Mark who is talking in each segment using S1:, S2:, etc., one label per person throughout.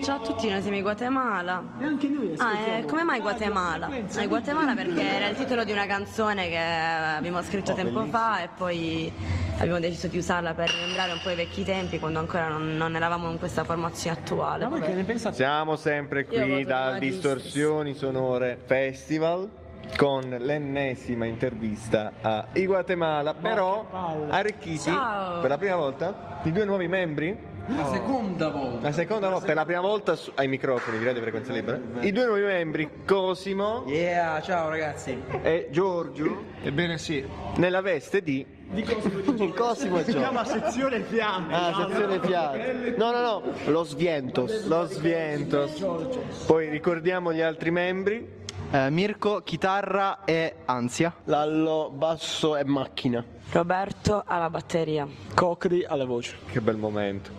S1: Ciao a tutti, noi siamo in Guatemala.
S2: E anche noi
S1: Ah,
S2: ascoltiamo.
S1: eh, come mai Guatemala?
S2: Frequenza,
S1: Eh, Guatemala perché era il titolo di una canzone che abbiamo scritto
S3: Oh,
S1: tempo
S3: bellissimo.
S1: fa e poi abbiamo deciso di usarla per rimembrare un po' i vecchi tempi quando ancora non, non eravamo in questa formazione
S2: Ma
S1: attuale.
S2: voi che ne pensate?
S3: Siamo sempre
S1: Io
S3: qui
S1: voto
S3: da
S1: Madis.
S3: Distorsioni Sonore Festival con l'ennesima intervista a I Guatemala, però
S2: che palle.
S3: arricchiti
S1: Ciao.
S3: per la prima volta di due nuovi membri.
S4: La seconda volta.
S3: La seconda volta, per la prima volta su- ai microfoni di Radio Frequenza Libera, i due nuovi membri, Cosimo
S4: Yeah, ciao ragazzi.
S3: e Giorgio,
S5: Ebbene sì,
S3: nella veste di...
S2: Di Cosimo.
S3: Cosimo e
S2: Si chiama
S3: Giorgio.
S2: sezione fiamme.
S3: Ah,
S2: no?
S3: sezione Fiat. No, no, no, lo Svientos. Lo Svientos. Poi ricordiamo gli altri membri.
S5: eh, Mirko, chitarra e ansia.
S6: Lallo, basso e macchina.
S1: Roberto alla batteria.
S6: Cocri alla voce.
S3: Che bel momento.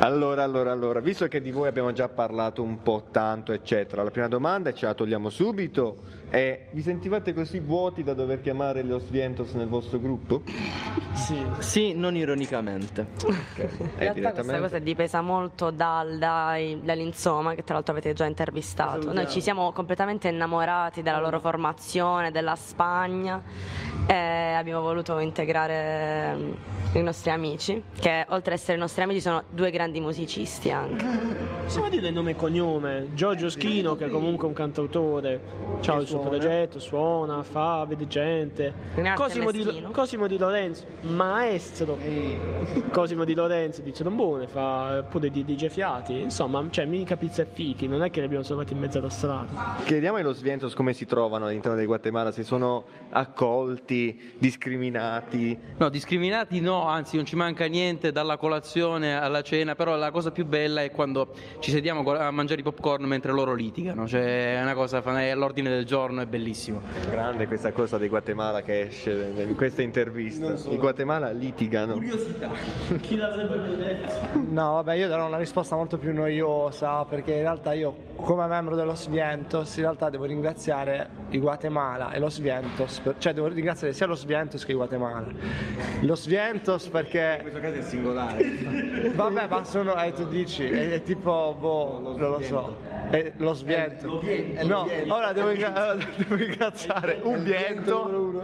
S3: Allora, allora, allora, visto che di voi abbiamo già parlato un po' tanto, eccetera, la prima domanda e ce la togliamo subito è vi sentivate così vuoti da dover chiamare lo Svientos nel vostro gruppo? Eh,
S6: Sì, non ironicamente.
S1: In realtà questa cosa è dipesa molto dal, dai- dall'insomma, che tra l'altro avete già intervistato. Noi ci siamo completamente innamorati della loro formazione, della Spagna e abbiamo voluto integrare mm, i nostri amici, che oltre ad essere i nostri amici sono due grandi musicisti
S3: Mm.
S1: anche.
S2: Possiamo dire nome e cognome? Eh, Giorgio Schino, che è comunque un cantautore, ha il suo progetto, suona, fa, vede gente.
S1: Grazie,
S2: Cosimo di,
S1: Meschino.
S2: Cosimo di Lorenzo, maestro. Eh. Cosimo di Lorenzo dice trombone, fa pure di DJ fiati. Insomma, cioè, mica pizza e fichi, non è che li abbiamo trovati in mezzo alla strada.
S3: Chiediamo ai Los Vientos come si trovano all'interno del Guatemala, se sono accolti, discriminati.
S4: No, discriminati no, anzi non ci manca niente dalla colazione alla cena, però la cosa più bella è quando ci sediamo co- a mangiare i popcorn mentre loro litigano, cioè è una cosa, fa- è all'ordine del giorno, è bellissimo.
S3: Grande questa cosa del Guatemala che esce in questa intervista. Il Guatemala litigano.
S2: Chi l'avrebbe mai detto?
S7: No, vabbè, io darò una risposta molto più noiosa perché in realtà io, come membro dello Svientos, in realtà devo ringraziare il Guatemala e lo Svientos, per- cioè devo ringraziare sia lo Svientos che il Guatemala. Lo Svientos perché... In questo caso è singolare. Vabbè, ma sono, eh, tu dici, è, è tipo, boh, non lo so. È lo sviento. No, ora devo, ringra- devo ringraziare un viento.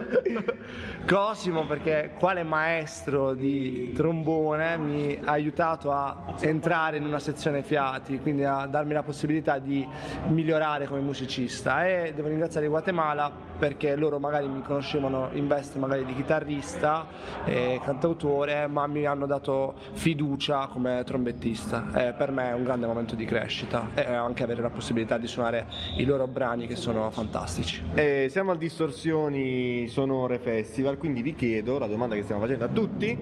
S7: Cosimo perché quale maestro di trombone mi ha aiutato a entrare in una sezione fiati, quindi a darmi la possibilità di migliorare come musicista e devo ringraziare il Guatemala perché loro magari mi conoscevano in veste magari di chitarrista e cantautore, ma mi hanno dato fiducia come trombettista. Eh, per me è un grande momento di crescita e anche avere la possibilità di suonare i loro brani che sono fantastici.
S3: Eh, siamo al Distorsioni Sonore Festival, quindi vi chiedo, la domanda che stiamo facendo a tutti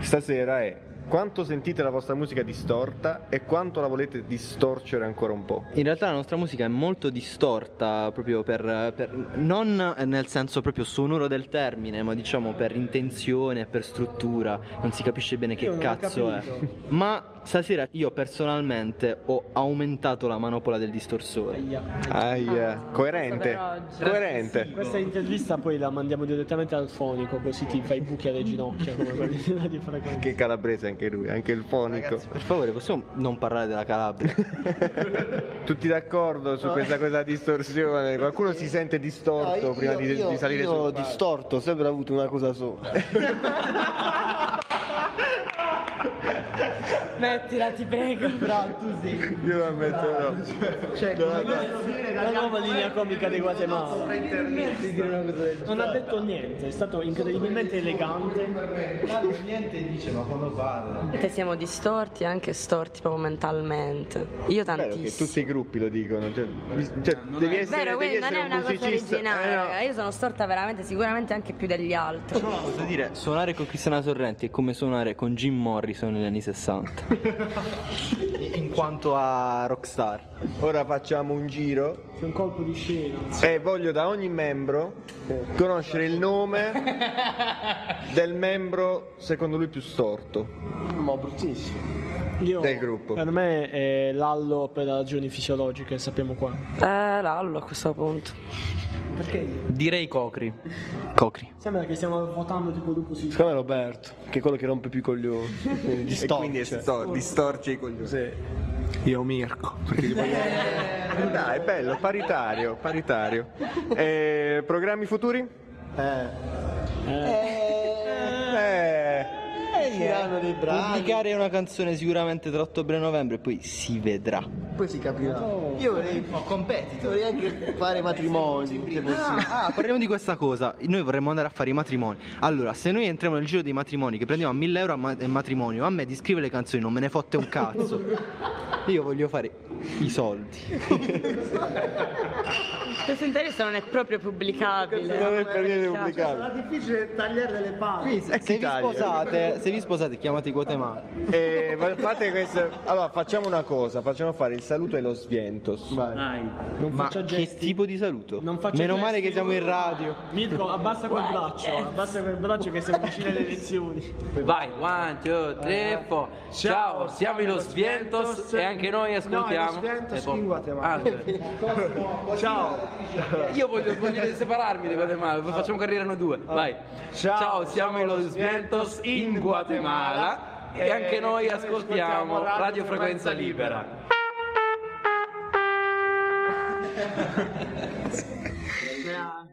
S3: stasera è quanto sentite la vostra musica distorta e quanto la volete distorcere ancora un po'?
S6: In realtà la nostra musica è molto distorta, proprio per, per- non nel senso proprio sonoro del termine, ma diciamo per intenzione, per struttura, non si capisce bene che cazzo è. Ma stasera io personalmente ho aumentato la manopola del distorsore. Ah,
S3: Aia,
S1: questo
S3: coerente,
S1: per oggi.
S3: coerente.
S2: Questa intervista poi la mandiamo direttamente al fonico, così ti fai i buchi alle ginocchia come quelli di Fragoso.
S3: Che calabrese anche lui, anche il fonico.
S6: Per favore, possiamo non parlare della Calabria?
S3: Tutti d'accordo su questa cosa distorsione? Qualcuno si sente distorto prima di, di salire sul palco?
S6: distorto, ho sempre avuto una cosa sola.
S1: Mettila, ti prego.
S3: Io la metterò.
S6: Cioè,
S2: La nuova linea comica di Guatemala. Non ha detto niente, è stato incredibilmente elegante.
S1: Te siamo distorti e anche storti proprio mentalmente. Io
S3: Vero che
S1: tantissimo.
S3: tutti i gruppi lo dicono, cioè, cioè, devi
S1: È
S3: essere,
S1: vero, quindi
S3: devi
S1: non
S3: essere
S1: è
S3: un
S1: una cosa
S3: musicista.
S1: originale,
S3: Eh, no.
S1: raga. Io sono storta veramente, sicuramente anche più degli altri.
S6: Posso dire, suonare con Cristiana Sorrenti è come suonare con Jim Morrison negli anni 60. In quanto a rockstar.
S3: Ora facciamo un giro
S2: C'è un colpo di scena.
S3: e voglio da ogni membro conoscere il nome del membro secondo lui più storto
S2: Io-
S3: del gruppo.
S2: Per me è l'allo per ragioni fisiologiche, sappiamo qua.
S1: Eh, Lallo a questo punto.
S2: Perché?
S4: Direi Cocri.
S6: Cocri.
S2: Sembra che stiamo votando tipo lupo si
S7: Secondo me Roberto, che è quello che rompe più i coglioni.
S3: E quindi è stor- distorce i coglioni.
S7: Io Mirko. Perché ti voglio-
S3: Dai, Ah, bello, paritario, paritario. Eh, programmi futuri? Eh.
S6: Usciranno dei brani. Pubblicare una canzone sicuramente tra ottobre e novembre, poi si vedrà.
S8: Poi si capirà. Io vorrei, vorrei anche fare matrimoni. se possibile.
S6: Ah, parliamo di questa cosa. Noi vorremmo andare a fare i matrimoni. Allora, se noi entriamo nel giro dei matrimoni, che prendiamo a 1000 euro a ma- eh, matrimonio, a me di scrivere le canzoni non me ne fotte un cazzo. Io voglio fare i soldi.
S1: Questo interesse non è proprio pubblicabile.
S3: Non è per niente pubblicato.
S2: Sarà difficile tagliare delle
S8: Ah.
S2: palle.
S6: se, vi sposate, se vi sposate, chiamate Guatemala.
S3: Eh, va- fate questo- Allora, facciamo una cosa, facciamo fare il saluto e lo svientos.
S2: Dai, non
S6: Ma
S2: faccia
S6: che
S2: gesti.
S6: tipo di saluto?
S2: Non faccia
S6: Meno
S2: gesti.
S6: male che siamo in radio.
S2: Mirko, abbassa quel braccio, abbassa quel braccio che siamo vicini alle elezioni.
S4: Vai, one, two, three, four. Ciao, Eh, siamo in Los Vientos e anche noi ascoltiamo.
S7: No, in Los Vientos,
S4: E poi-
S7: in Guatemala.
S4: Ah, ok.
S7: Ciao.
S4: Io voglio, voglio separarmi di Guatemala, facciamo carriera noi due. Vai.
S7: Ciao,
S4: siamo in Los Vientos in Guatemala e anche noi ascoltiamo Radio Frequenza Libera.
S1: Bravo.